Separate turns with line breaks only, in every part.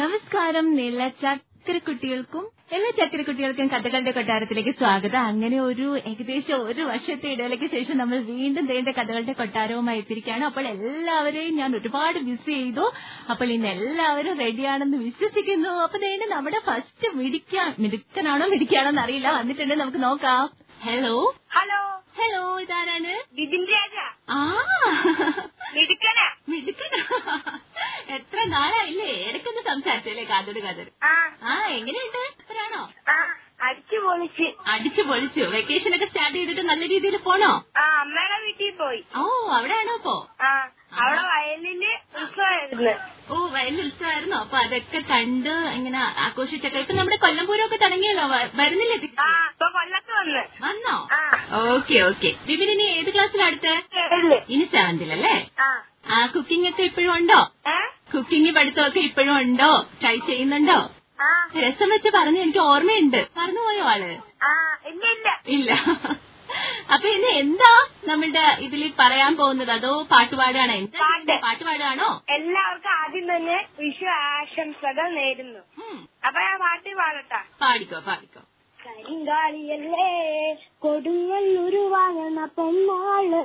നമസ്കാരം എല്ലാ ചക്രക്കുട്ടികൾക്കും എല്ലാ ചക്രക്കുട്ടികൾക്കും കഥകളുടെ കൊട്ടാരത്തിലേക്ക് സ്വാഗതം അങ്ങനെ ഒരു ഏകദേശം ഒരു വർഷത്തെ ഇടവേളയ്ക്ക് ശേഷം നമ്മൾ വീണ്ടും തേണ്ട കഥകളുടെ കൊട്ടാരവുമായി എത്തിയിരിക്കുകയാണ് അപ്പോൾ എല്ലാവരെയും ഞാൻ ഒരുപാട് മിസ് ചെയ്തു അപ്പോൾ ഇന്ന് എല്ലാവരും റെഡിയാണെന്ന് വിശ്വസിക്കുന്നു അപ്പൊ തേണ്ട നമ്മുടെ ഫസ്റ്റ് മിടിക്കാൻ മിടുക്കനാണോ മിടിക്കാണോ എന്നറിയില്ല വന്നിട്ടുണ്ട് നമുക്ക് നോക്കാം ഹലോ
ഹലോ
ഹലോ ഇതാരാണ്
ബിബിൻ രാജ
ആ
മിടുക്കന
മിടുക്കൻ എത്ര നാളായില്ലേ ഇടയ്ക്കൊന്ന് സംസാരിച്ചല്ലേ കാതോട് കാതോട്
ആ
ആ എങ്ങനെയുണ്ട് ഒരാണോ
ആ അടിച്ചു പൊളിച്ച്
അടിച്ചു പൊളിച്ചു വെക്കേഷൻ ഒക്കെ സ്റ്റാർട്ട് ചെയ്തിട്ട് നല്ല രീതിയിൽ പോണോ
ആ അമ്മയുടെ വീട്ടിൽ പോയി
ഓ അവിടെയാണോ ഇപ്പോ
ആ അവിടെ വയലില് ഉത്സവമായിരുന്നു
ഓ വയലിൽ ഉത്സവമായിരുന്നോ അപ്പൊ അതൊക്കെ കണ്ട് ഇങ്ങനെ ആഘോഷിച്ചൊക്കെ ഇപ്പൊ നമ്മുടെ കൊല്ലംപൂരം ഒക്കെ തുടങ്ങിയല്ലോ വ- വരുന്നില്ലേ തിരിച്ച്?
ആ ഇപ്പൊ കൊല്ലത്ത് വന്ന്
വന്നോ
ആ
ഓക്കെ ഓക്കെ ബിബിൻ ഇനി ഏത് ക്ലാസ്സിലടുത്ത്
ഏഴില്.
ഇനി സെവന്തിലല്ലേ
ആ
ആ കുക്കിംഗ് ഒക്കെ ഇപ്പോഴും ഉണ്ടോ
ഏ?
കുക്കിംഗ് പഠിത്തമൊക്കെ ഇപ്പോഴും ഉണ്ടോ ട്രൈ ചെയ്യുന്നുണ്ടോ
ആ
രസം വെച്ച് പറഞ്ഞു എനിക്ക് ഓർമ്മയുണ്ട് മറന്നുപോയോ ആള്
ആ ഇല്ല ഇല്ല
ഇല്ല അപ്പൊ ഇന്ന് എന്താ നമ്മുടെ ഇതിൽ പറയാൻ പോകുന്നത് അതോ പാട്ടുപാടാണോ എന്താ
പാട്ട്.
പാട്ടുപാടാണോ
എല്ലാവർക്കും ആദ്യം തന്നെ വിഷു ആശംസകൾ നേരുന്നു
ഉം,
അപ്പൊ ഞാൻ പാട്ട് പാടട്ടാ
പാടിക്കോ പാടിക്കോ
കരിങ്കാളിയല്ലേ കൊടുങ്ങല്ലുരുവാങ്ങുന്ന പെണ്ണാള്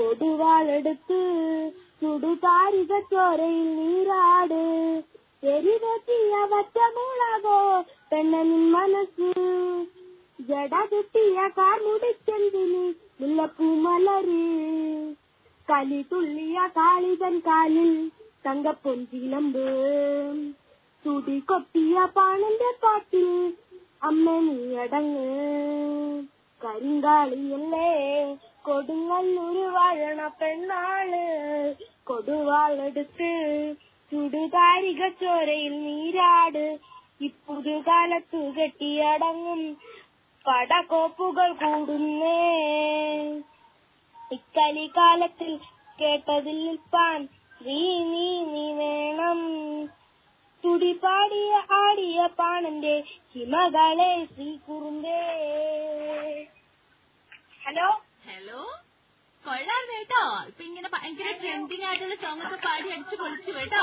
കൊടുവാളെടുത്ത് സുടുകാരിക ചോരയിൽ നീരാട് എരിവെത്തിയ വറ്റമുളകോ പെണ്ണനിൻ മനസ്സ് ജട കിട്ടിയ കാർ മുടിച്ചെന്തിന് മുല്ലപ്പൂമലര് കലി തുള്ളിയ കാളിതൻ കാലിൽ തങ്കപ്പൊഞ്ചിലമ്പ് തുടി കൊത്തിയ പാണന്റെ പാട്ടിൽ അമ്മ നീയടങ്ങ് കരിങ്കാളിയല്ലേ കൊടുങ്ങല്ലൂര് വാഴണ പെണ്ണാള് കൊടുവാളെടുത്ത് ചുടുകാരിക ചോരയിൽ നീരാട് ഇപ്പുതുകാലത്തു കെട്ടിയടങ്ങും പടകോപ്പുകൾ കൂടുന്നേ ഇക്കലിക്കാലത്തിൽ കേട്ടതിൽ നിൽപ്പാൻ നീ നീ നീ വേണം തുടിപാടിയ ആടിയ പാണന്റെ ഹിമകളെ ശ്രീകുറുമ്പേ ഹലോ
ഹലോ കൊള്ളായിരുന്നു കേട്ടോ ഇപ്പൊ ഇങ്ങനെ ഭയങ്കര ട്രെൻഡിങ് ആയിട്ടുള്ള സോങ് ഒക്കെ പാടി അടിച്ചു പൊളിച്ചു കേട്ടോ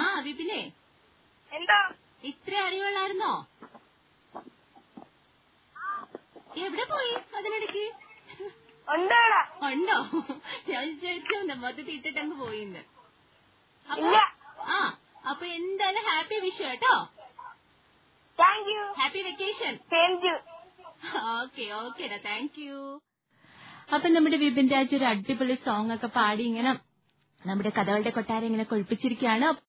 ആ വിപിനെ
എന്താ
ഇത്ര അറിവുള്ളായിരുന്നോ എവിടെ പോയി അതിനിടയ്ക്ക്
ഉണ്ടാടാ
ഉണ്ടോ ഞാൻ വിചാരിച്ചു മൊത്തത്തിൽ ഇട്ടിട്ടങ്ങ് പോയിന്ന് അപ്പൊ
ഇല്ല
ആ അപ്പൊ എന്തായാലും ഹാപ്പി വിഷു കേട്ടോ
thank you
happy vacation
thank you
okay okay thank you അപ്പൊ നമ്മുടെ വിപിൻ രാജ് ഒരു അടിപൊളി സോങ് ഒക്കെ പാടി ഇങ്ങനെ നമ്മുടെ കഥകളുടെ കൊട്ടാരം ഇങ്ങനെ കൊഴിപ്പിച്ചിരിക്കുകയാണ്